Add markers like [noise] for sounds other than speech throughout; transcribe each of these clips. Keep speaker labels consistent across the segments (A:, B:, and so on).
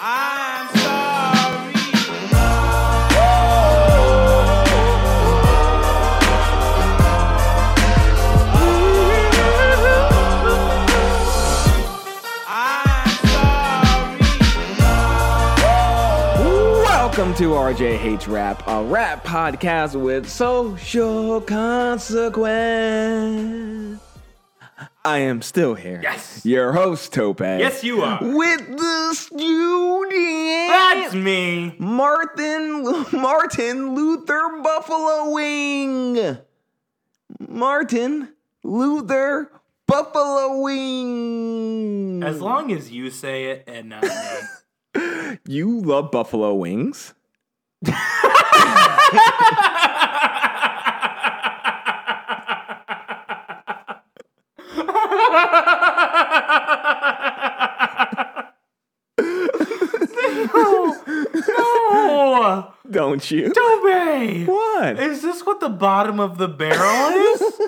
A: I'm sorry. I'm sorry.
B: Welcome to RJH Rap, a rap podcast with social consequence. I am still here.
C: Yes.
B: Your host, Tope.
C: Yes, you are.
B: With the studio.
C: That's me.
B: Martin Martin Luther Buffalo Wing. Martin Luther Buffalo Wing.
C: As long as you say it and [laughs] not me.
B: you love buffalo wings?
C: Oh,
B: Don't you?
C: Toby!
B: What?
C: Is this what the bottom of the barrel is?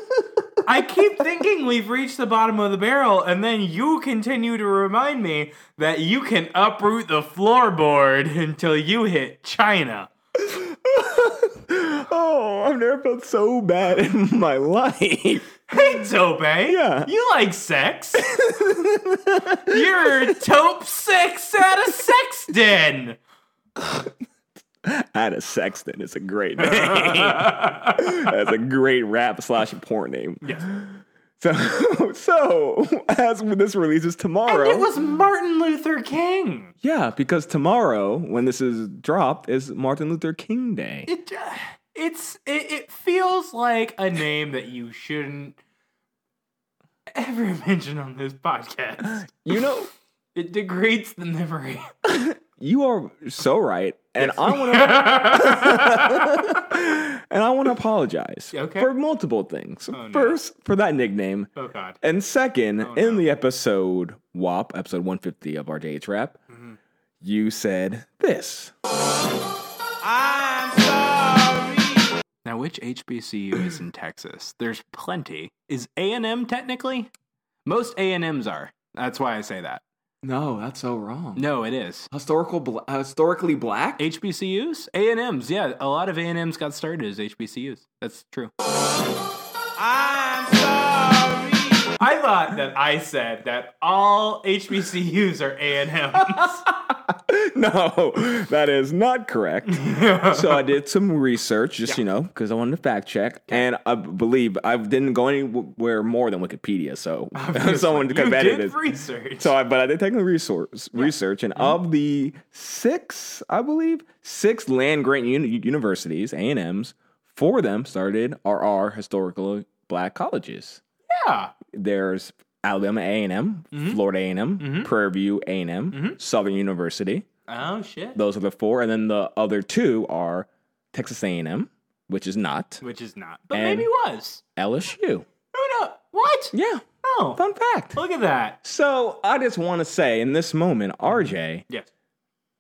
C: I keep thinking we've reached the bottom of the barrel, and then you continue to remind me that you can uproot the floorboard until you hit China.
B: Oh, I've never felt so bad in [laughs] my life.
C: Hey, Tope.
B: Yeah.
C: You like sex? You're Tope Six at a sex den.
B: Out of Sexton is a great name. That's a great rap slash porn name.
C: Yes.
B: So, [laughs] so as this releases tomorrow,
C: It was Martin Luther King.
B: yeah, because tomorrow when this is dropped is Martin Luther King Day.
C: It, uh, it's it, it feels like a name that you shouldn't ever [laughs] mention on this podcast.
B: You know,
C: It degrades the memory. [laughs]
B: you are so right, and I
C: [laughs]
B: want
C: Oh,
B: to and I want to apologize
C: Okay. Oh,
B: for multiple things.
C: no.
B: First, for that nickname,
C: oh God.
B: And second,
C: Oh,
B: in the episode WAP, episode 150 of our Dates Rap,
C: Mm-hmm.
B: you said this. [laughs]
A: I'm sorry.
C: Now, which HBCU is in Texas? There's plenty. Is A and M technically? Most A and M's are. That's why I say that.
B: No, that's so wrong.
C: No, it is.
B: Historical, bla- historically black.
C: HBCUs, A and M's. Yeah, a lot of A and M's got started as HBCUs. That's true.
A: I'm sorry.
C: I thought that I said that all HBCUs are A and M's.
B: No, that is not
C: [laughs]
B: correct. so I did some research, just you know, because I wanted to fact check, and I believe I didn't go anywhere more than Wikipedia. So [laughs] someone could
C: you
B: have edited.
C: did research.
B: So, I, but I did take the resource research, and of the six, I believe six land grant uni- universities, A and M's, four of them started are our historical black colleges.
C: yeah,
B: There's Alabama A and M, Florida A and M, Prairie View A and M, Southern University.
C: oh shit,
B: Those are the four, and then the other two are Texas A and M, which is not
C: which is not, but
B: And-
C: maybe was.
B: LSU.
C: Who knows? What?
B: Yeah,
C: No.
B: fun fact.
C: Look at that.
B: So I just want to say in this moment, RJ.
C: Yes.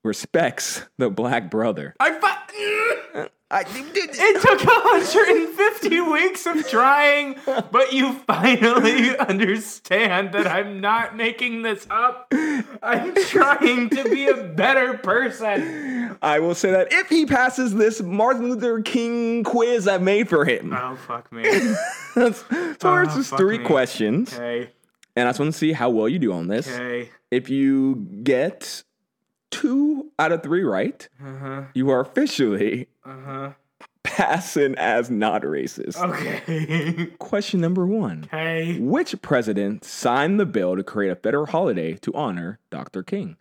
B: respects the black brother.
C: I fu- It took 150 weeks of trying, but you finally [laughs] understand that I'm not making this up. I'm trying to be a better person.
B: I will say that if he passes this Martin Luther King quiz I made for him,
C: Oh, fuck me.
B: That's- [laughs] so it's
C: Oh,
B: just
C: fuck
B: three
C: me.
B: questions,
C: Okay,
B: and I just want to see how well you do on this.
C: okay.
B: If you get two out of three right,
C: Uh-huh.
B: you are officially passing as not racist.
C: Oh. Okay.
B: Question number one:
C: Hey.
B: Which president signed the bill to create a federal holiday to honor Dr. King?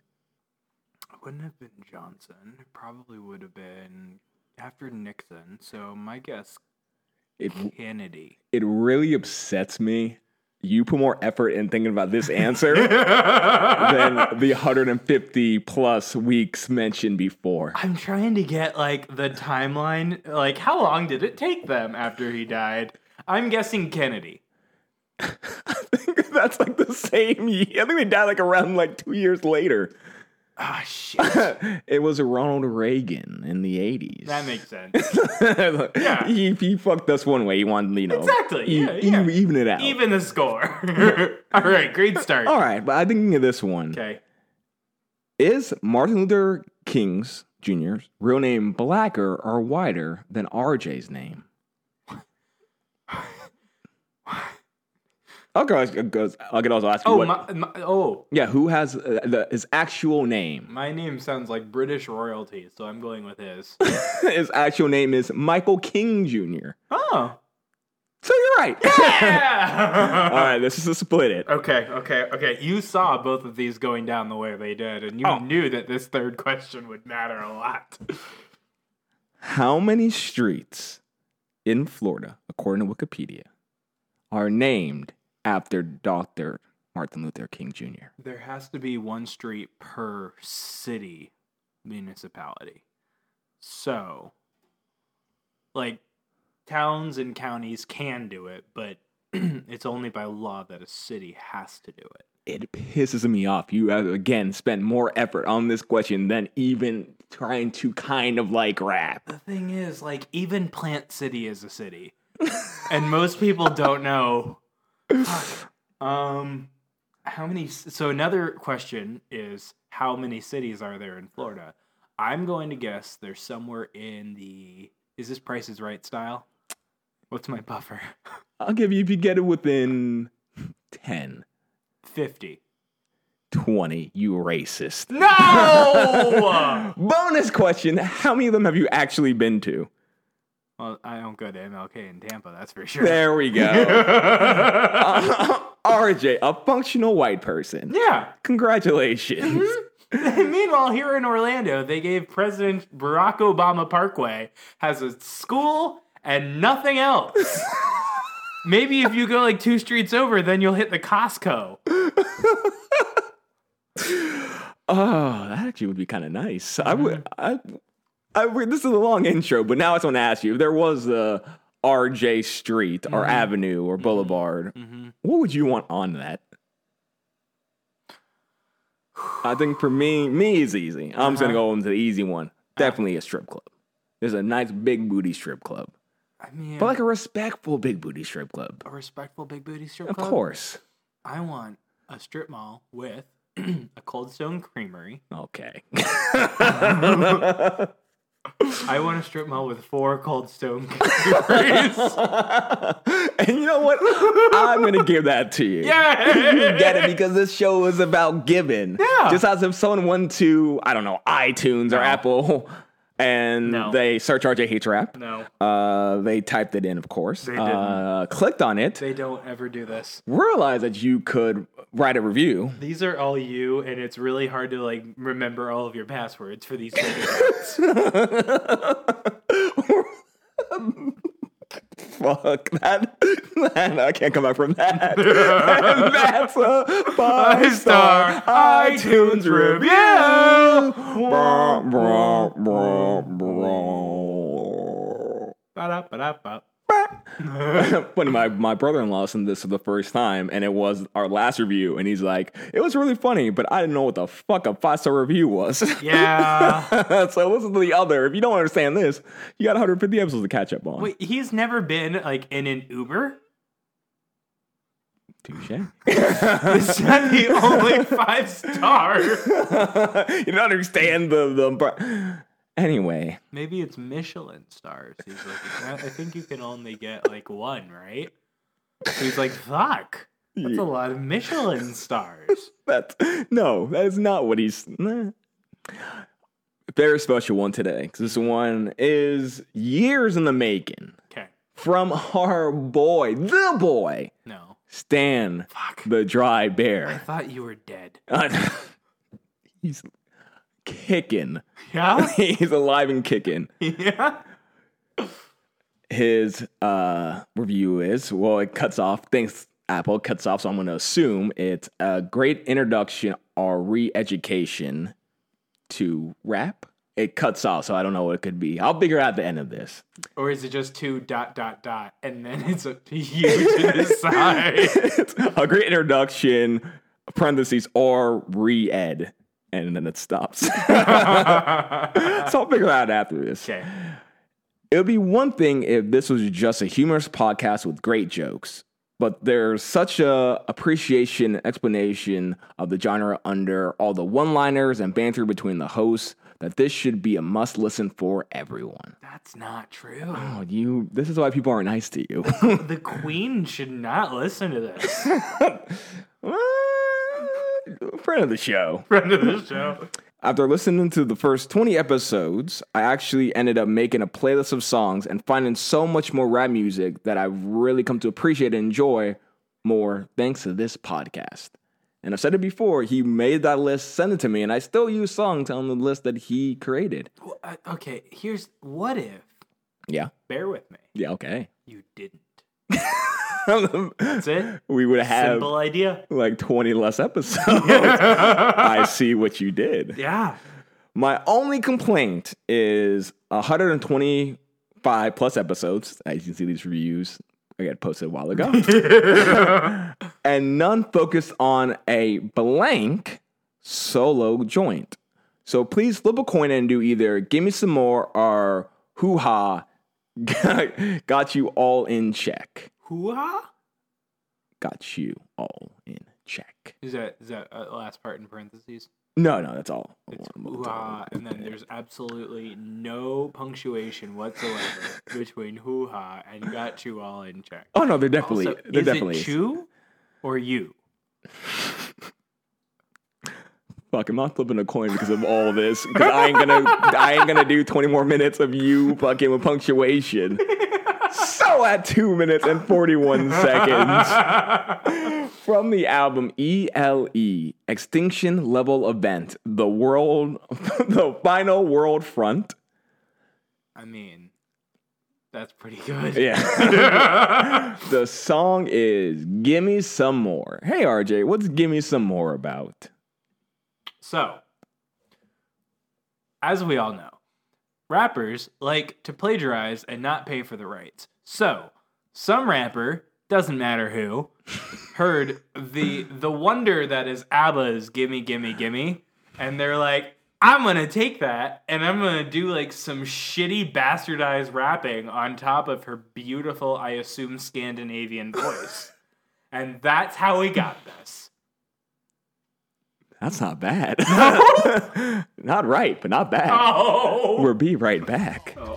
C: Wouldn't have been Johnson. It probably would have been after Nixon. So my guess,
B: It
C: Kennedy.
B: it really upsets me you put more effort in thinking about this
C: [laughs]
B: answer than the 150 plus weeks mentioned before.
C: I'm trying to get like the timeline. Like, how long did it take them after he died? I'm guessing Kennedy.
B: I think [laughs] that's like the same year. I think they died like around like two years later.
C: Ah,
B: [laughs]
C: shit.
B: It was Ronald Reagan in the 80s.
C: that
B: [laughs]
C: makes sense.
B: yeah. he, he fucked us one way. He wanted, you know,
C: Exactly,
B: e-
C: yeah, yeah.
B: e- even it out.
C: Even the score. [laughs] All right, great start.
B: All right, but I'm thinking of this one.
C: Okay.
B: Is Martin Luther King's Jr.'s real name blacker or whiter than
C: [laughs]
B: RJ's name? I'll, go, I'll, go- I could also ask you
C: Oh,
B: what,
C: my, my, oh,
B: yeah, who has uh, the, his actual name? [laughs]
C: my name sounds like British royalty, so I'm going with
B: [laughs]
C: his.
B: his actual name is Michael King Jr.
C: oh.
B: So you're right. [laughs]
C: Yeah.
B: All [laughs] right, this is a split it.
C: Okay, okay, okay. You saw both of these going down the way they did, and you
B: Oh.
C: knew that this third question would matter a lot.
B: How many streets in Florida, according to Wikipedia, are named after Dr. Martin Luther King Jr.?
C: There has to be one street per city municipality. So, like, towns and counties can do it, but [clears throat] it's only by law that a city has to do it.
B: It pisses me off. You have, again spent more effort on this question than even trying to kind of like rap.
C: The thing is, like, even Plant City is a city, and most people don't know. [sighs] Fuck. Um, how many? So another question is, how many cities are there in Florida? I'm going to guess there's somewhere in the. Is this Price is Right style? What's my buffer? [laughs]
B: I'll give you if you get it within 10,
C: Fifty.
B: 20, you
C: [laughs]
B: racist.
C: No.
B: Bonus question How many of them have you actually been to?
C: well, I don't go to MLK in Tampa. That's for sure.
B: There we go. [laughs] RJ, a functional white person.
C: Yeah.
B: Congratulations.
C: Meanwhile, here in Orlando, they gave President Barack Obama Parkway has a school and nothing
B: [laughs]
C: else. Maybe if you go like two streets over, then you'll hit the Costco.
B: Oh, that actually would be kind of nice. I would. I, I would- This is a long intro, but now I just want to ask you: if there was a RJ Street or
C: Mm-hmm.
B: Avenue or Boulevard, what would you want on that? I think for me, me is easy. I'm just gonna
C: Uh-huh.
B: go into the easy one. Definitely a strip club. There's a nice big booty strip club,
C: I mean,
B: but like a respectful big booty strip club.
C: a respectful big booty strip
B: Of
C: club.
B: course.
C: I want a strip mall with [clears throat] a Cold Stone Creamery.
B: Okay. [laughs]
C: I want a strip mall with four Cold Stone [laughs]
B: [laughs]
C: Creameries.
B: and you know what? I'm gonna give that to you.
C: yeah.
B: get it because this show is about giving.
C: Yeah.
B: Just as if someone went to, I don't know, iTunes or Apple and
C: No.
B: they search RJ Hates Rap.
C: No,
B: Uh, they typed it in, of course. They
C: didn't.
B: Uh, clicked on it.
C: they don't ever do this.
B: realized that you could write a review.
C: These are all you, and it's really hard to like remember all of your passwords for these. things.
B: Fuck that. [laughs] Man, I can't come back from that. [laughs] And that's a five star
C: Five-star
B: iTunes
C: iTunes
B: review.
C: review.
B: Bra, bra, bra, bra.
C: Ba-da-ba-da-ba.
B: [laughs] Funny, my, my brother in law listened to this for the first time, and it was our last review. And he's like, It was really funny, but I didn't know what the fuck a five star review was. [laughs]
C: Yeah.
B: so listen to the other. If you don't understand this, you got 150 episodes to catch up on.
C: Wait, he's never been like in an Uber.
B: [laughs] Touche.
C: It's not the only five star.
B: you don't understand the the. br- Anyway,
C: Maybe it's Michelin stars. He's like, I I think you can only get like one, right? He's like, fuck. That's a lot of Michelin stars.
B: that's no, that is not what he's. Nah. Very special one today because this one is years in the making
C: Okay.
B: from our boy, the boy,
C: No.
B: Stan,
C: Fuck.
B: the dry
C: I
B: bear.
C: thought you were dead.
B: [laughs] he's kicking. [laughs]
C: Yeah?
B: He's alive and kicking.
C: [laughs] yeah?
B: his uh review is well it cuts off thanks Apple cuts off, so I'm going to assume it's a great introduction or re education to rap. It cuts off, so I don't know what it could be. I'll figure out the end of this. [laughs]
C: Or is it just two dot dot dot and then [laughs] it's up to you to [laughs] decide?
B: It's a great introduction, parentheses, or re ed, and then it stops. [laughs] so I'll figure out after this.
C: Okay.
B: It would be one thing if this was just a humorous podcast with great jokes, but there's such a appreciation and explanation of the genre under all the one-liners and banter between the hosts that this should be a must listen for everyone.
C: That's not true.
B: Oh, you this is why people aren't nice to you. [laughs]
C: The queen should not listen to this.
B: Friend of the show.
C: [laughs] Friend of the show.
B: After listening to the first 20 episodes, I actually ended up making a playlist of songs and finding so much more rap music that I've really come to appreciate and enjoy more thanks to this podcast. And I've said it before, he made that list, sent it to me, and I still use songs on the list that he created.
C: Well, uh, okay, here's what if.
B: Yeah.
C: Bear with me.
B: Yeah, okay. [laughs]
C: You didn't.
B: we
C: That's it.
B: would have
C: Simple idea. [laughs]
B: like 20 less episodes. I see what you did.
C: [laughs] Yeah.
B: My only complaint is 125 plus episodes. As you can see, these reviews I got posted a
C: [laughs]
B: while ago, and none focused on a blank solo joint. So please flip a coin and do either "Give Me Some More" or "Hoo Ha." [laughs] Got you all in check.
C: Hoo-ha?
B: Got you all in check.
C: Is that is that uh, last part in parentheses?
B: No, no, that's all.
C: It's hoo-ha, and then there's absolutely no punctuation whatsoever between hoo-ha and got you all in check.
B: Oh no, they're definitely,
C: Also,
B: they're
C: is
B: definitely
C: it you or you?
B: Fuck, I'm not flipping a coin because of all this. Because I ain't gonna, I ain't gonna do 20 more minutes of you fucking with punctuation. So at two minutes and 41 seconds from the album ELE Extinction Level Event, the world, [laughs] the final world front.
C: I mean, that's pretty good.
B: Yeah. [laughs]
C: [laughs]
B: the song is "Gimme Some More." Hey RJ, what's "Gimme Some More" about?
C: So, as we all know, rappers like to plagiarize and not pay for the rights. So, some rapper, doesn't matter who, heard the the wonder that is ABBA's Gimme Gimme Gimme and they're like I'm gonna take that and I'm gonna do like some shitty bastardized rapping on top of her beautiful, I assume, Scandinavian voice. and that's how we got this.
B: That's not bad. [laughs] not right, but not bad.
C: Oh!
B: We'll be right back.
D: Give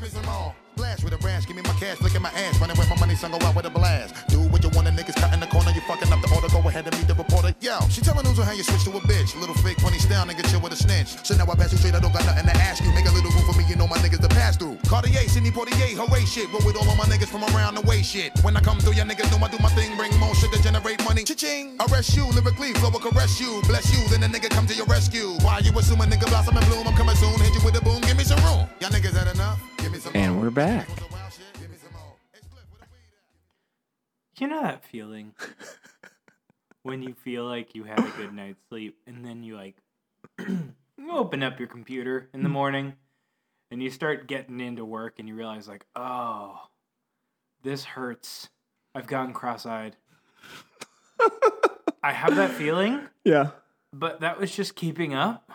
D: me some more. Blast with a rash, give me my cash, look at my ass, running with my money, son, go out with a blast. Do what you want, the niggas cut in the corner, you fucking up the order, go ahead and meet the reporter. Yo, she telling news on how you switch to a bitch. Little fake funny style, nigga chill with a snitch. So now I pass you straight, I don't got nothing to ask you. Make a little room for me, you know my niggas to pass through. Cartier, Sydney Portier, hooray shit. Roll with all of my niggas from around the way shit. When I come through, your niggas know I do my thing, bring more shit to generate money. Cha-ching! Arrest you, lyrically, flow will caress you. Bless you, then a nigga come to your rescue. Why you assume a nigga blossom and bloom? I'm coming soon, hit you with a boom, give me some room. Y'all niggas had enough? Give me some
B: And we're back.
C: You know that feeling when you feel like you had a good night's sleep and then you like [clears throat] you open up your computer in the morning and you start getting into work and you realize like, "Oh, this hurts. I've gotten cross-eyed." I have that feeling,
B: Yeah.
C: but that was just keeping up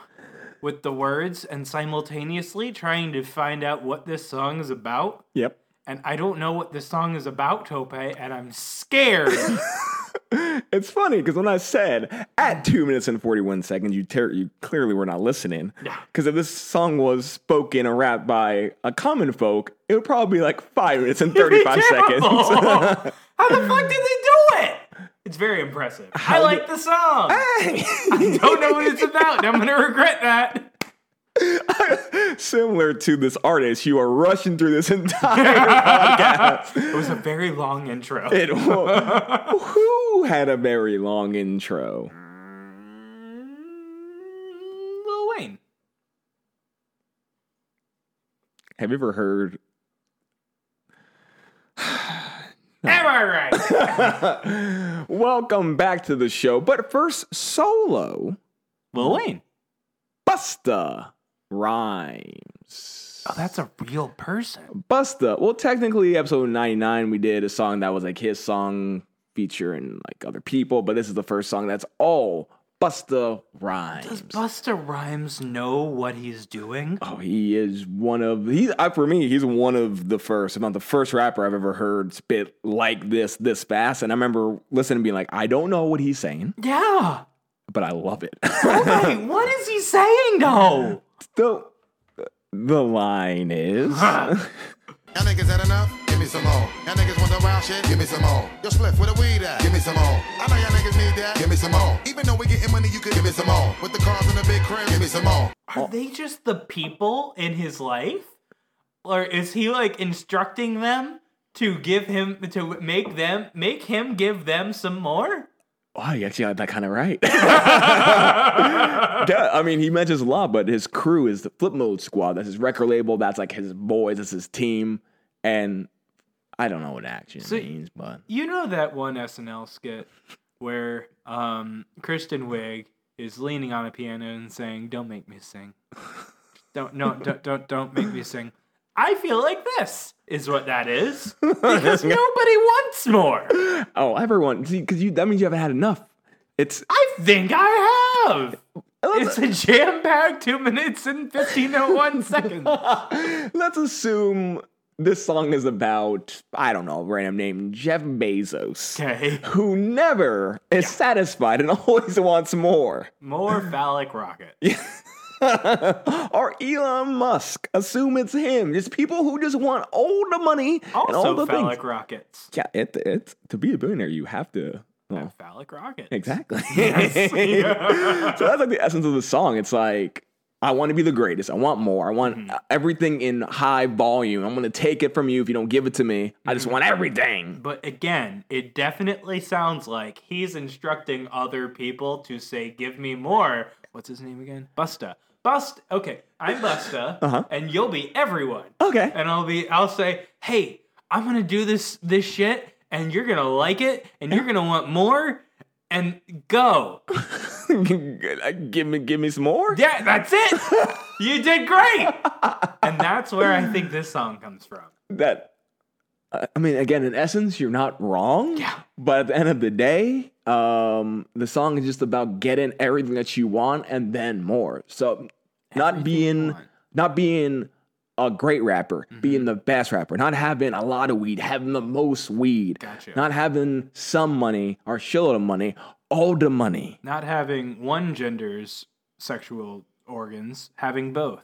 C: with the words and simultaneously trying to find out what this song is about
B: Yep.
C: and I don't know what this song is about, Tope, and I'm scared.
B: It's funny because when I said at two minutes and 41 seconds, you, ter- you clearly were not listening. Because if this song was spoken or rapped by a common folk, it would probably be like five minutes and 35
C: [laughs]
B: seconds.
C: Terrible. How the fuck did they do it? It's very impressive. I like the song. [laughs] I don't know what it's about, and I'm gonna regret [laughs] that.
B: [laughs] Similar to this artist, you are rushing through
C: [laughs]
B: this entire
C: It was a very long intro. [laughs]
B: it. Who had a very long intro?
C: Lil Wayne.
B: Have you ever heard
C: Am I right?
B: [laughs] Welcome back to the show. But first, solo
C: Lil [laughs] Wayne.
B: Busta Rhymes.
C: Oh, that's a real person.
B: Busta. Well, technically, episode 99, we did a song that was like his song featuring like other people, but this is the first song that's all Busta
C: Does
B: Rhymes.
C: Buster Rhymes know what he's doing?
B: Oh, he is one of he's uh, for me. He's one of the first, if not the first rapper I've ever heard spit like this this fast. And I remember listening, and being like, I don't know what he's saying,
C: [laughs] Yeah.
B: but I love it. [laughs]
C: Wait, what is he saying though?
B: the the line is "Oh,
D: Y'all niggas had enough? Give me some more. Y'all niggas want the wild shit? Give me some more. Yo, Spliff, where the weed at? Give me some more. I know y'all niggas need that. Give me some more. Even though we getting money, you could give me some more. With the cars and the big crib, give me some more.
C: Are they just the people in his life? Or is he like instructing them to give him to make them make him give them some more?
B: wow. You actually got that kind of right. [laughs] Yeah, I mean, he mentions a lot, but his crew is the Flip Mode Squad. That's his record label. That's like his boys. That's his team. And I don't know what action
C: So-
B: means, but
C: You know that one SNL skit where um, Kristen Wiig is leaning on a piano and saying, "Don't make me sing. Don't no don't don't don't make me sing." I feel like this is what that [laughs] is because nobody wants more.
B: oh, everyone, see, because you that means you haven't had enough. It's
C: I think I have. It's a jam packed two minutes and fifteen oh
B: [laughs]
C: one seconds.
B: let's assume this song is about I don't know random name Jeff Bezos,
C: Okay,
B: who never is satisfied and [laughs] always wants more. [laughs]
C: more phallic rocket.
B: or Elon Musk. Assume it's him. It's people who just want all the money and all
C: Also
B: the
C: phallic
B: things.
C: rockets.
B: Yeah, it, it's to be a billionaire, you have to. Well,
C: Phallic rockets.
B: [laughs] exactly.
C: Yes.
B: so that's like the essence of the song. It's like I want to be the greatest. I want more. I want uh, everything in high volume. I'm going to take it from you if you don't give it to me. I just want everything. [laughs]
C: But again, it definitely sounds like he's instructing other people to say, "Give me more." What's his name again? Busta. Bust. Okay, I'm Busta, and you'll be everyone.
B: Okay.
C: And I'll be. I'll say, "Hey, I'm gonna do this this shit, and you're gonna like it, and you're gonna want more." And go.
B: give me give me some more.
C: Yeah, that's it. you did great. And that's where I think this song comes from.
B: that I I mean, again, in essence, you're not wrong. Yeah. But at the end of the day, um, the song is just about getting everything that you want and then more. So not being not being a great rapper,
C: Mm-hmm.
B: being the best rapper, not having a lot of weed, having the most weed,
C: Gotcha.
B: not having some money or shitload of money, all the money.
C: not having one gender's sexual organs, having both.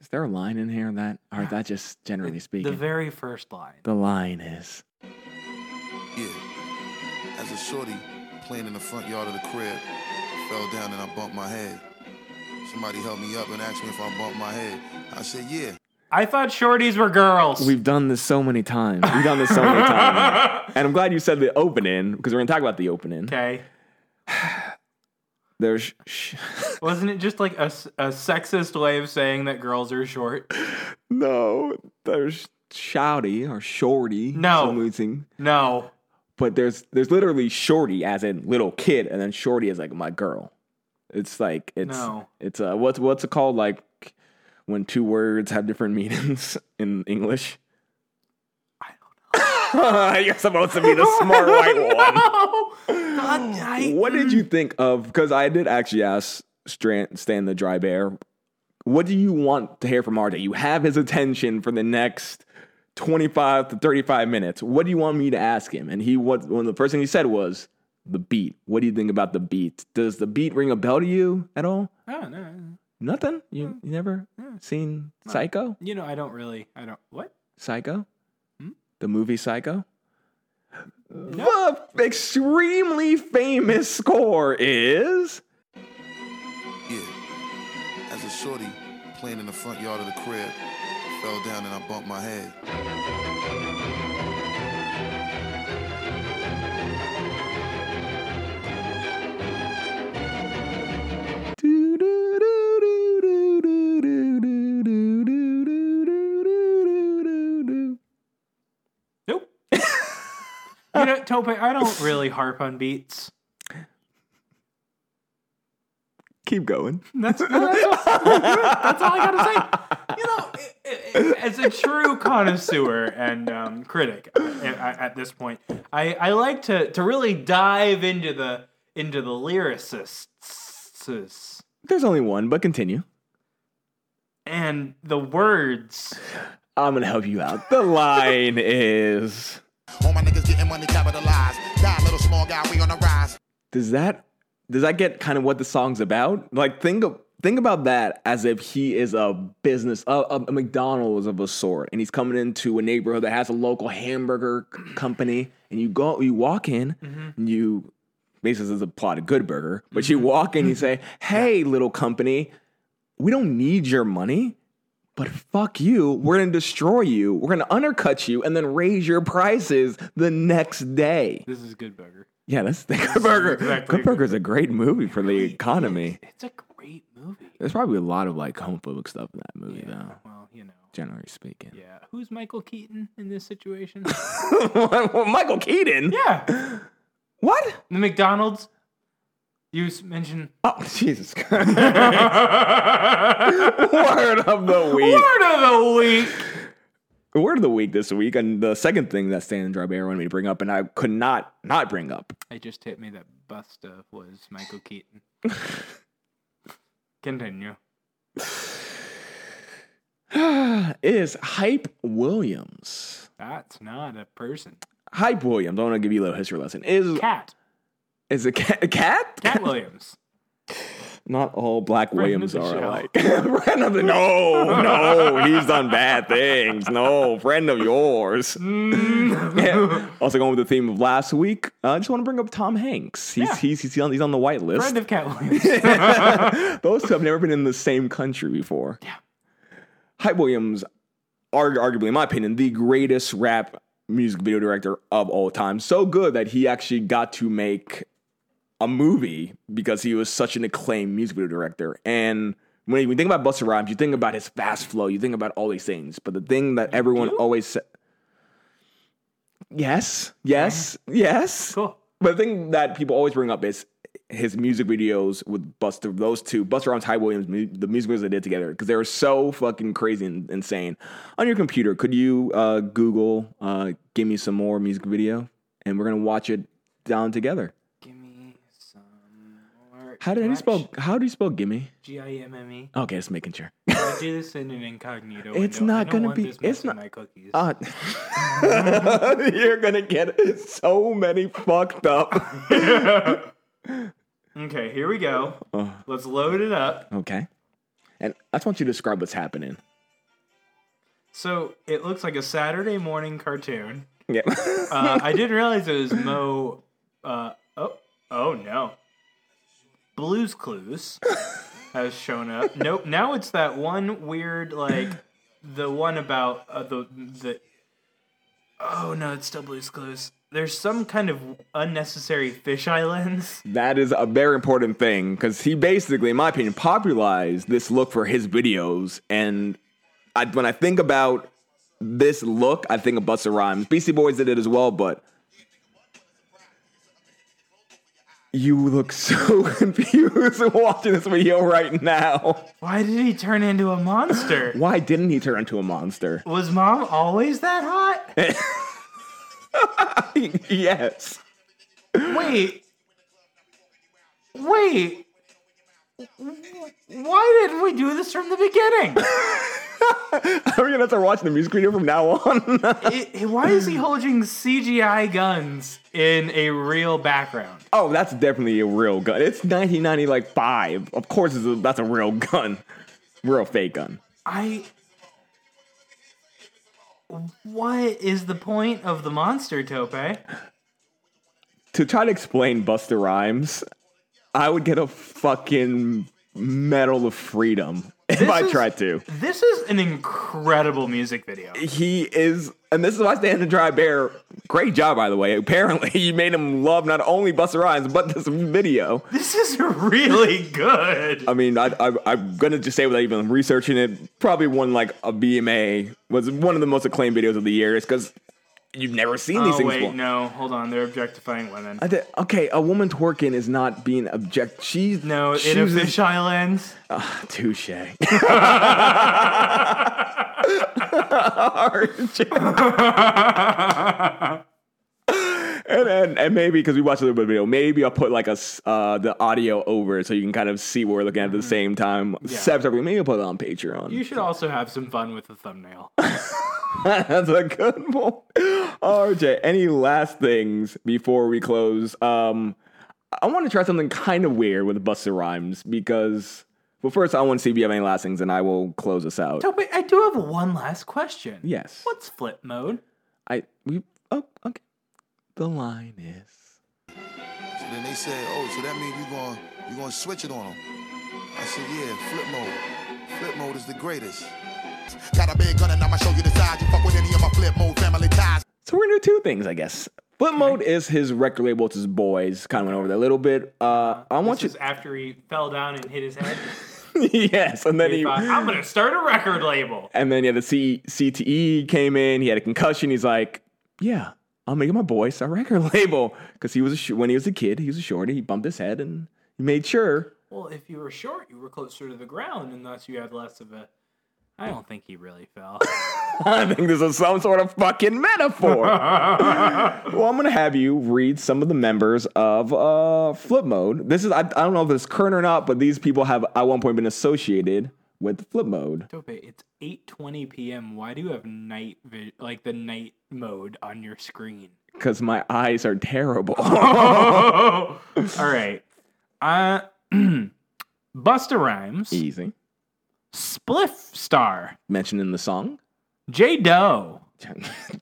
B: Is there a line in here that, or is that just generally
C: The
B: speaking?
C: very first line.
B: the line is.
D: Yeah. As a shorty playing in the front yard of the crib, fell down and I bumped my head. Somebody helped me up and asked me if I bumped my head. I said, yeah.
C: I thought shorties were girls.
B: We've done this so many times. We've done this so many times. And I'm glad you said the opening because we're going to talk about the opening.
C: okay.
B: There's sh-
C: Wasn't it just like a, s- a sexist way of saying that girls are short?
B: no, there's shouty or shorty.
C: No.
B: some would think.
C: No. [laughs]
B: but there's there's literally shorty as in little kid, and then shorty is like my girl. It's like it's
C: No.
B: it's uh what's what's it called like when two words have different meanings [laughs] in English. I don't know. [laughs] You're supposed to be the smart white one.
C: Oh, God, I-
B: What did you think of? Because I did actually ask Strand, Stan the Dry Bear, what do you want to hear from RJ? You have his attention for the next 25 to 35 minutes. What do you want me to ask him? And he, what, one of the first thing he said was, the beat. What do you think about the beat? Does the beat ring a bell to you at all?
C: Oh, no.
B: Nothing? You, you never seen Psycho?
C: You know, I don't really. I don't. What?
B: Psycho? The movie Psycho? The extremely famous score is.
D: Yeah. As a shorty playing in the front yard of the crib, fell down and I bumped my head.
B: Nope.
C: Nope. [laughs] you know, Tope, I don't really harp on beats.
B: Keep going.
C: That's, no, that's, [laughs] that's all I gotta say. You know, i- i- as a true connoisseur and um, critic I- I- at this point, I, I like to, to really dive into the into the lyricists
B: There's only one, but continue.
C: and the words.
B: I'm gonna help you out. The line is
D: All my niggas getting money capitalized. Die, little small guy, we on the rise.
B: does that does that get kind of what the song's about? Like think of think about that as if he is a business a, a- a McDonald's of a sort, and he's coming into a neighborhood that has a local hamburger c- company, and you go you walk in, and you basically this is a plot of Good Burger, but you walk in, you say, "Hey, little company, we don't need your money." But fuck you, we're gonna destroy you, we're gonna undercut you, and then raise your prices the next day.
C: This is good burger.
B: Yeah, that's
C: [laughs]
B: the Good Burger.
C: exactly
B: Good Burger's a great
C: [laughs]
B: movie for the economy.
C: It's a great movie.
B: There's probably a lot of like homophobic stuff in that movie, though.
C: Well, you know.
B: Generally speaking. [laughs]
C: Yeah. Who's Michael Keaton in this [laughs] situation?
B: well, Michael Keaton.
C: yeah.
B: What?
C: The McDonald's. You s- [laughs] mentioned
B: Oh, [laughs] Jesus Christ!
C: [laughs]
B: Word of the week.
C: Word of the week.
B: Word of the week this week, and the second thing that Stan and Jarbear wanted me to bring up, and I could not not bring up. [sighs]
C: It just hit me that Busta was Michael Keaton. [laughs] Continue.
B: Is Hype Williams?
C: That's not a person.
B: Hype Williams. I want to give you a little history lesson. Is
C: Cat.
B: is a cat? A cat?
C: Cat Williams. [laughs]
B: Not all black
C: Friend of
B: Williams
C: the
B: are
C: show.
B: alike. [laughs] friend of the no, no, he's done bad things. No, friend of yours.
C: Mm. [laughs]
B: Yeah. Also going with the theme of last week. uh, I just want to bring up Tom Hanks. He's
C: Yeah.
B: he's he's on, he's on the white list.
C: Friend of Cat Williams. [laughs]
B: Those two have never been in the same country before. Yeah. Hype Williams, are arguably, in my opinion, the greatest rap music video director of all time. So good that he actually got to make a movie because he was such an acclaimed music video director. And when you think about Busta Rhymes, you think about his fast flow, you think about all these things. But the thing that everyone always said. Yes, yes, yes.
C: Cool.
B: But the thing that people always bring up is his music videos with Buster, those two, Buster Rhymes, Ty Williams, mu- the music videos they did together, because they were so fucking crazy and insane. On your computer, could you uh, Google, uh, give me some more music video, and we're gonna watch it down together.
C: Give me some more.
B: How did how do you spell? How do you spell gimme?
C: G I M M E?
B: Okay, just making sure.
C: I do this in an incognito.
B: It's
C: window. I
B: not
C: don't
B: gonna
C: want
B: be-
C: This
B: it's
C: messing
B: not-
C: My cookies.
B: Uh, [laughs] you're gonna get so many fucked [laughs] up. Uh-huh.
C: [laughs] okay, here we go.
B: Uh.
C: Let's load it up.
B: Okay, and I just want you to describe what's happening.
C: So it looks like a Saturday morning cartoon.
B: [laughs] Yeah.
C: Uh, I didn't realize it was Mo. Uh, oh, oh no. Blues Clues has shown up. Nope. Now it's that one weird like the one about uh, the the. Oh no! It's still Blues Clues. There's some kind of unnecessary fisheye lens.
B: That is a very important thing because he basically, in my opinion, popularized this look for his videos. And I, when I think about this look, I think of Busta Rhymes. Beastie Boys did it as well, but you look [laughs] so confused [laughs] watching this video right now.
C: Why did he turn into a
B: [laughs]
C: monster?
B: Why didn't he turn into a monster? [laughs]
C: Was mom always that hot?
B: yes.
C: Wait. Wait. Why didn't we do this from the beginning?
B: [laughs] Are we gonna start watching the music video from now on? [laughs]
C: I- I- why is he holding CGI guns in a real background?
B: Oh, that's definitely a real gun. It's 1990, like five. Of course, it's a, that's a real gun, real fake gun.
C: I. What is the point of the monster, Tope?
B: To try to explain Buster Rhymes, I would get a fucking Medal of Freedom if
C: This
B: I
C: is-
B: tried to.
C: This is an incredible music video.
B: He is, and this is why Stand the Dry Bear. Great job, by the way. Apparently, [laughs] you made him love not only Buster Rhymes but this video.
C: This is really good.
B: [laughs] I mean, I, I, I'm gonna just say without even researching it, probably won like a BMA was one of the most acclaimed videos of the year. It's because You've never seen these
C: Oh
B: things
C: wait,
B: before.
C: no, hold on. They're objectifying women.
B: I thi- okay, a woman twerking is not being object. She's
C: No, in a
B: choosing-
C: fish
B: [laughs]
C: [laughs] islands.
B: Touche. and, and and maybe because we watched a little bit of video, maybe I'll put like a s- uh, the audio over it so you can kind of see what we're looking
C: Mm.
B: at at the same time. Separately, maybe I'll put it on Patreon.
C: You should also have some fun with the [laughs] thumbnail.
B: [laughs] That's a good one. RJ, any last things before we close? Um, I want to try something kind of weird with Buster Rhymes because, well, first I want to see if you have any last things, and I will close us out.
C: So, wait, I do have one last question.
B: Yes.
C: What's flip mode?
B: I we oh okay. The line is
D: So then they said, oh, so that means you going you gonna switch it on them. I said, yeah, flip mode. Flip mode is the greatest. Got a big gun and I'ma show you the size. You fuck with any of my flip mode family ties.
B: so we're gonna do two things, I guess. Flip mode is his record label, it's his boys. Kind of went over that a little bit. Uh, I want
C: Which is after he fell down and hit his head.
B: you [laughs] yes, and then
C: He
B: he
C: thought, I'm gonna start a record label.
B: and then yeah, the C- CTE came in. He had a concussion. He's like, yeah, I'm making my boys a record [laughs] label because he was a sh- when he was a kid, he was a shorty. He bumped his head and he made sure. [laughs]
C: Well, if you were short, you were closer to the ground, and thus you had less of a. I don't think he really [laughs] fell.
B: I think this is some sort of fucking metaphor. well, I'm gonna have you read some of the members of uh, Flip Mode. This is I, I don't know if it's current or not, but these people have at one point been associated with Flip Mode.
C: Tope, it's 8:20 p.m. Why do you have night vi- like the night mode on your screen?
B: Because my eyes are terrible.
C: [laughs] Oh, all right. Uh, [clears throat] Busta Rhymes,
B: Easy.
C: Spliff Star,
B: Mentioned in the song.
C: J Doe,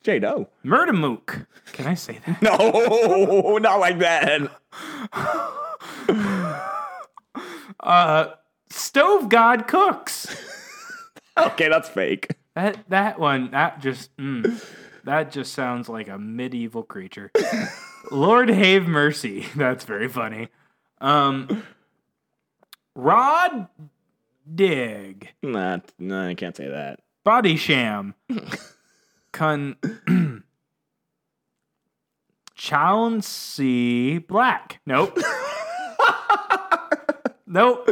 B: J [laughs] Doe.
C: Murdamook. Can I say that?
B: [laughs] No, not like that.
C: Uh, Stove God Cooks.
B: Okay, that's fake.
C: That that one. That just mm, that just sounds like a medieval creature. Lord have mercy. [laughs] That's very funny. Um, Rod Dig.
B: Nah, nah, I can't say that.
C: Body Sham. Con. [clears throat] Chauncey Black. Nope. nope.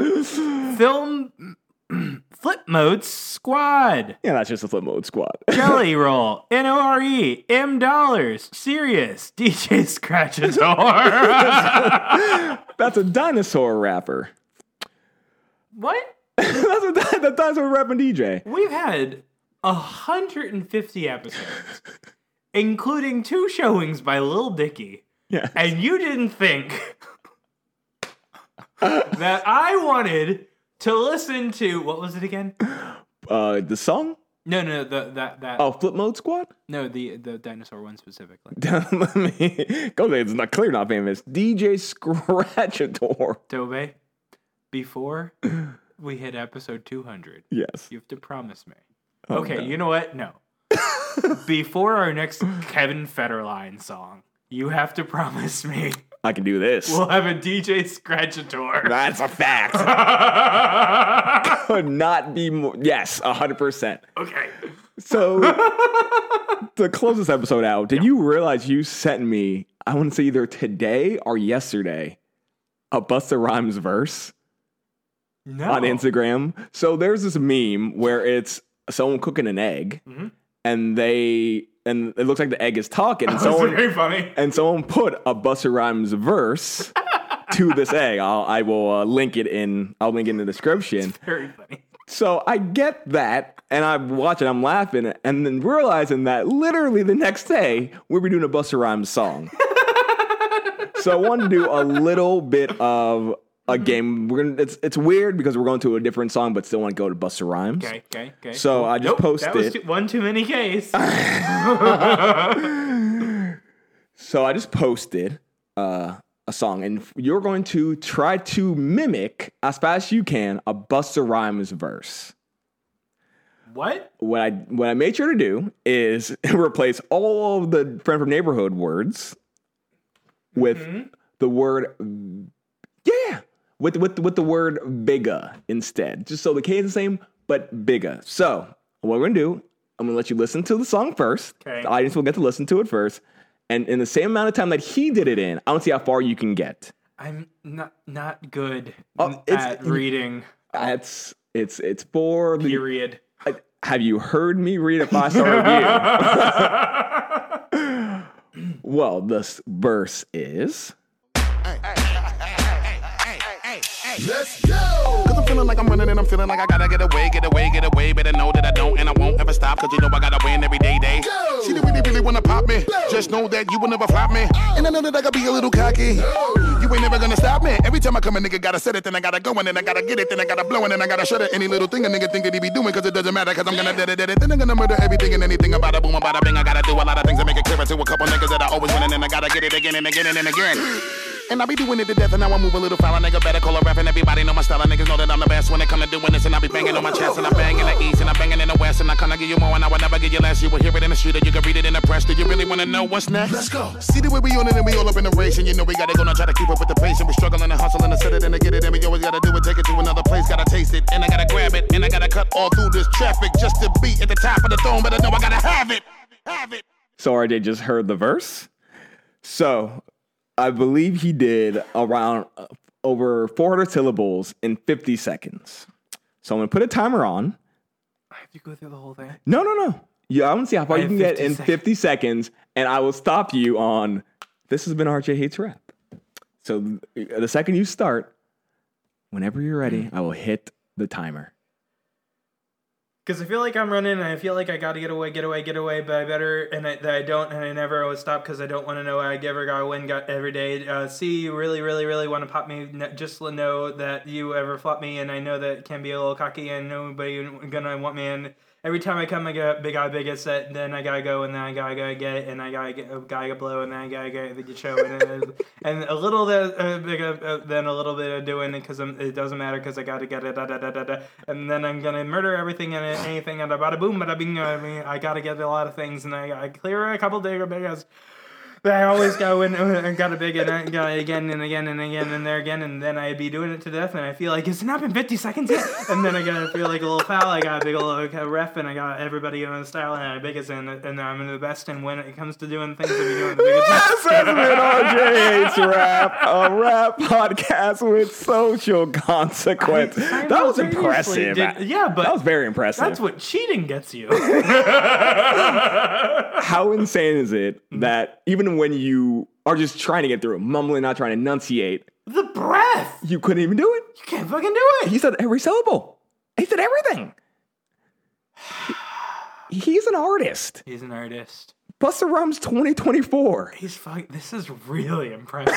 C: Film. [clears throat] Flip Mode Squad.
B: Yeah, that's just a flip mode squad.
C: Jelly Roll. NORE. E. M Dollars. Serious. [laughs] DJ Scratches Or.
B: [laughs] that's a dinosaur rapper.
C: [laughs]
B: [laughs]
C: what?
B: that's a di- that dinosaur rapping DJ.
C: We've had 150 episodes, including two showings by Lil Dicky,
B: Yeah.
C: and you didn't think that I wanted to listen to what was it again?
B: Uh, the song?
C: No, no, the that that
B: Oh, Flip Mode [laughs] Squad?
C: no, the the dinosaur one specifically.
B: Let me go there. It's not clear, not famous. DJ Scratchador. [laughs]
C: Tobe, before we hit episode 200,
B: Yes.
C: You have to promise me. okay, you know what? No. Before our next Kevin Federline song, you have to promise me
B: I can do this.
C: we'll have a DJ Scratchator.
B: that's a fact. [laughs] Could not be more. Yes, 100%.
C: [laughs] okay.
B: So, to close this episode out, did you realize you sent me, I want to say either today or yesterday, a Busta Rhymes verse
C: No.
B: on Instagram? So, there's this meme where it's someone cooking an egg and they, and it looks like the egg is talking
C: [laughs]
B: and
C: That's
B: someone,
C: very funny.
B: and someone put a Busta Rhymes verse to this egg. I'll, I will uh, link it in, I'll link it in the description.
C: Very funny.
B: So I get that, and I'm watching, I'm laughing, and then realizing that literally the next day we'll be doing a Busta Rhymes song. so I wanted to do a little bit of a game. We're gonna it's it's weird because we're going to a different song, but still want to go to Busta Rhymes.
C: Okay, okay, okay.
B: So I just
C: nope,
B: posted.
C: That was too, one too many
B: [laughs]
C: Ks. [laughs]
B: So I just posted uh, a song, and you're going to try to mimic as fast as you can a Busta Rhymes verse.
C: what?
B: what I what I made sure to do is [laughs] replace all of the friend from neighborhood words with
C: Mm-hmm.
B: the word yeah with with with the word bigger instead, just so the K is the same but bigger. So what we're gonna do? I'm gonna let you listen to the song first.
C: Okay.
B: The audience will get to listen to it first. And in the same amount of time that he did it in, I want to see how far you can get.
C: I'm not not good
B: Oh, it's-
C: at reading.
B: That's it's it's for the
C: Period.
B: I- have you heard me read a five star review? well, this verse is
D: Let's go.
E: Cause I'm feeling like I'm running and I'm feeling like I gotta get away, get away, get away. Better know that I don't and I won't ever stop. Cause you know I gotta win every day, day.
D: Go.
E: She didn't really, really wanna pop me. Just know that you will never flop me. And I know that I gotta be a little cocky. You ain't never gonna stop me. Every time I come, a nigga gotta set it, then I gotta go and then I gotta get it, then I gotta blow and then I gotta shut it. Any little thing a nigga think that he be doing, cause it doesn't matter, cause I'm gonna da da da da. Then I'm gonna murder everything and anything about a boom, about a bing. I gotta do a lot of things to make it clearer to a couple niggas that I always win and then I gotta get it again and again and then again. And I be doing it to death, and now I move a little foul. A nigga better call a rap, and everybody know my style. And niggas know that I'm the best when it come to doing this. And I be banging on my chest, and I bang in the east, and I banging in the west. And I kinda give you more, and I will never give you less. You will hear it in the street, or you can read it in the press. Do you really wanna know what's next? Let's go. See the way we on it, and we all up in the race. And you know we gotta go now, try to keep up with the pace. And we struggling and hustling to set it and to get it. And we always gotta do it, take it to another place. Gotta taste it, and I gotta grab it. And I gotta cut all through this traffic just to be at the top of the throne. But I know I gotta have it. Have it.
B: sorry they just heard the verse. So I believe he did around uh, over 400 syllables in 50 seconds. So I'm gonna put a timer on.
C: I have to go through the whole thing.
B: No, no, no. Yeah, I want to see how far
C: I
B: you
C: have
B: can get
C: 50
B: in
C: sec-
B: 50 seconds, and I will stop you on. This has been RJ hates rap. So th- the second you start, whenever you're ready, I will hit the timer.
C: Because I feel like I'm running, and I feel like I got to get away, get away, get away. But I better, and I, that I don't, and I never always stop because I don't want to know I ever got to win got every day. Uh, see, you really, really, really want to pop me. n- Just l- know that you ever flop me, and I know that it can be a little cocky, and nobody gonna want me. And every time I come, I got big eye, biggest set. Then I gotta go, and then I gotta go get, it, and I gotta get, gotta blow, and then I gotta get the show, and, then- and a little bit, uh, big, uh, uh, then a little bit of doing it because it doesn't matter because I gotta get it, da, da, da, da, da, and then I'm gonna murder everything and anything, and bada boom, bada bing. uh, I mean, I gotta get a lot of things, and I, I clear a couple bigger biggest. But I always go and and got a big and I got it again and again and again and there again and then I'd be doing it to death and I feel like it's not been 50 seconds yet and then I gotta feel like a little foul I got a big old like, ref and I got everybody on the style and I biggest and and I'm the best and when it comes to doing things I be doing the biggest.
B: That's been RJ hates rap, a rap podcast with social consequence.
C: I
B: That was
C: simultaneously
B: impressive.
C: did- yeah, but
B: that was very impressive.
C: That's what cheating gets [laughs] you.
B: how insane is it that even when you are just trying to get through it, mumbling, not trying to enunciate,
C: the breath.
B: you couldn't even do it?
C: You can't fucking do it.
B: He said every syllable. He said everything. He- He's an artist.
C: He's an artist.
B: Buster Rhymes 2024.
C: He's fucking. This is really impressive.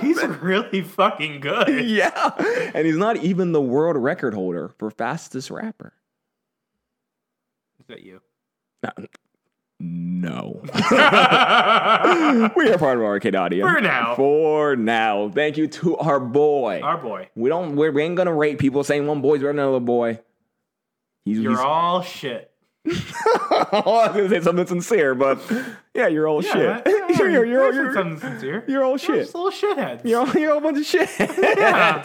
C: [laughs] He's really fucking good.
B: [laughs] Yeah. And he's not even the world record holder for fastest rapper.
C: Is that you?
B: No. [laughs] we are part of Arcade Audio.
C: For now.
B: For now. Thank you to our boy.
C: [laughs] Our boy.
B: we don't. We're, we ain't gonna rate people saying one boy's better than another boy. He's,
C: You're
B: he's-
C: all shit.
B: [laughs] I was gonna say something sincere, but yeah, you're all shit.
C: Yeah, yeah,
B: you're, [laughs] you're, you're,
C: that's
B: you're-
C: something sincere.
B: you're all
C: You're
B: shit.
C: just little shitheads.
B: You're all, you're all a bunch of shit.
C: [laughs] Yeah.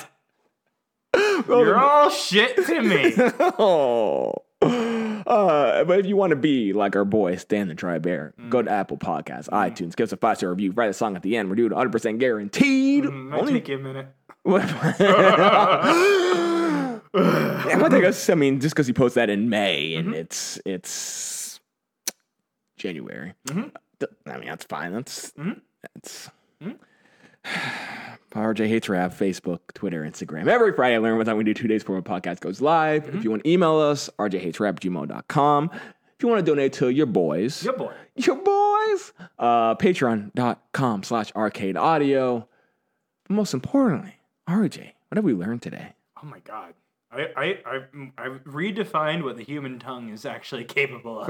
C: [laughs] You're all shit to me.
B: [laughs] oh. Uh, but if you want to be like our boy Stan the Tri Bear, go to Apple Podcasts, iTunes, give us a five star review, write a song at the end. We're doing 100 percent guaranteed.
C: Might take you a minute.
B: it might take us. I mean, just because he posted that in May and it's it's January. Th- I mean, that's fine. That's that's. [sighs] RJ hates rap, Facebook, Twitter, Instagram. Every Friday, I learn what time we do two days before a podcast goes live. If you want to email us, rjhatesrap@gmail.com. If you want to donate to your boys,
C: Good boy.
B: your boys. Uh, Patreon.com slash arcade audio. But most importantly, RJ, what have we learned today? [sighs]
C: Oh my god. I, I, I, I redefined what the human tongue is actually capable of.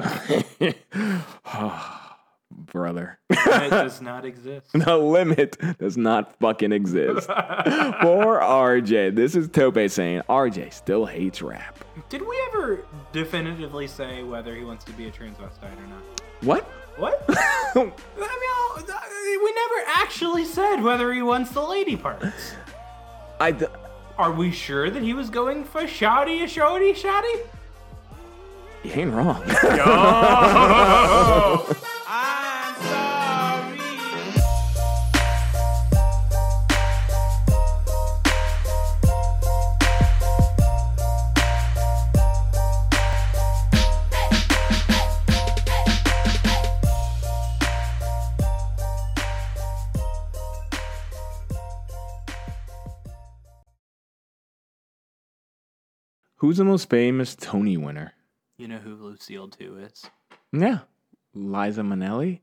B: Brother, [laughs]
C: and it does not exist.
B: the limit does not fucking exist. For RJ, this is Tope saying RJ still hates rap.
C: Did we ever definitively say whether he wants to be a transvestite or not?
B: What? [laughs]
C: What? I mean, I'll- we never actually said whether he wants the lady parts.
B: I. D-
C: Are we sure that he was going for shoddy, shoddy, shoddy?
B: You ain't wrong. [laughs]
A: I'm sorry.
B: Who's the most famous Tony winner?
C: You know who Lucille too is?
B: Yeah. Liza Minnelli.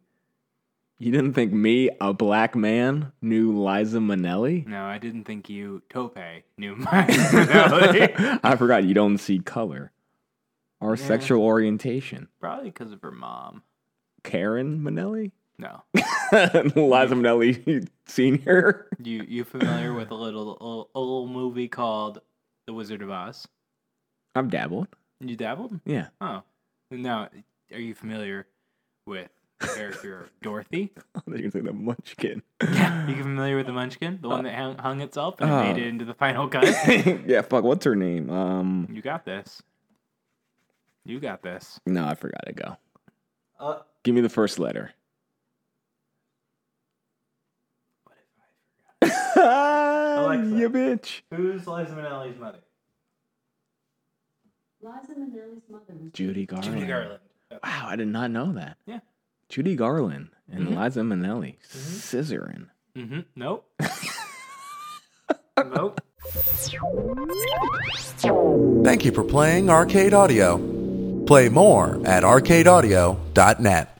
B: You didn't think me, a black man, knew Liza Minnelli?
C: No, I didn't think you, Tope, knew [laughs] my personality.
B: [laughs] I forgot you don't see color or sexual orientation.
C: Probably because of her mom.
B: Karen Minnelli?
C: [laughs]
B: [laughs]
C: No.
B: Liza Minnelli Sr.
C: You you familiar with a little, little, little movie called The Wizard of Oz?
B: I've dabbled.
C: You dabbled?
B: Yeah.
C: Oh. Now, are you familiar with the [laughs] character Dorothy?
B: [laughs] I thought you were gonna say the munchkin.
C: You familiar with the Munchkin, the one that hung, hung itself and it
B: uh,
C: made it into the final cut? [laughs]
B: [laughs] yeah, fuck, what's her name? Um
C: you got this. You got this.
B: no, I forgot to go.
C: Uh,
B: Give me the first [laughs] letter.
C: Alexa.
B: you bitch.
C: Who's Liza Minnelli's mother?
F: Liza Minnelli's mother was
B: Judy Garland.
C: Judy Garland.
B: Wow, I did not know that.
C: Yeah.
B: Judy Garland and Liza Minnelli scissoring.
C: Mm-hmm. [laughs] Nope. nope.
G: Thank you for playing Arcade Audio. Play more at arcadeaudio.net.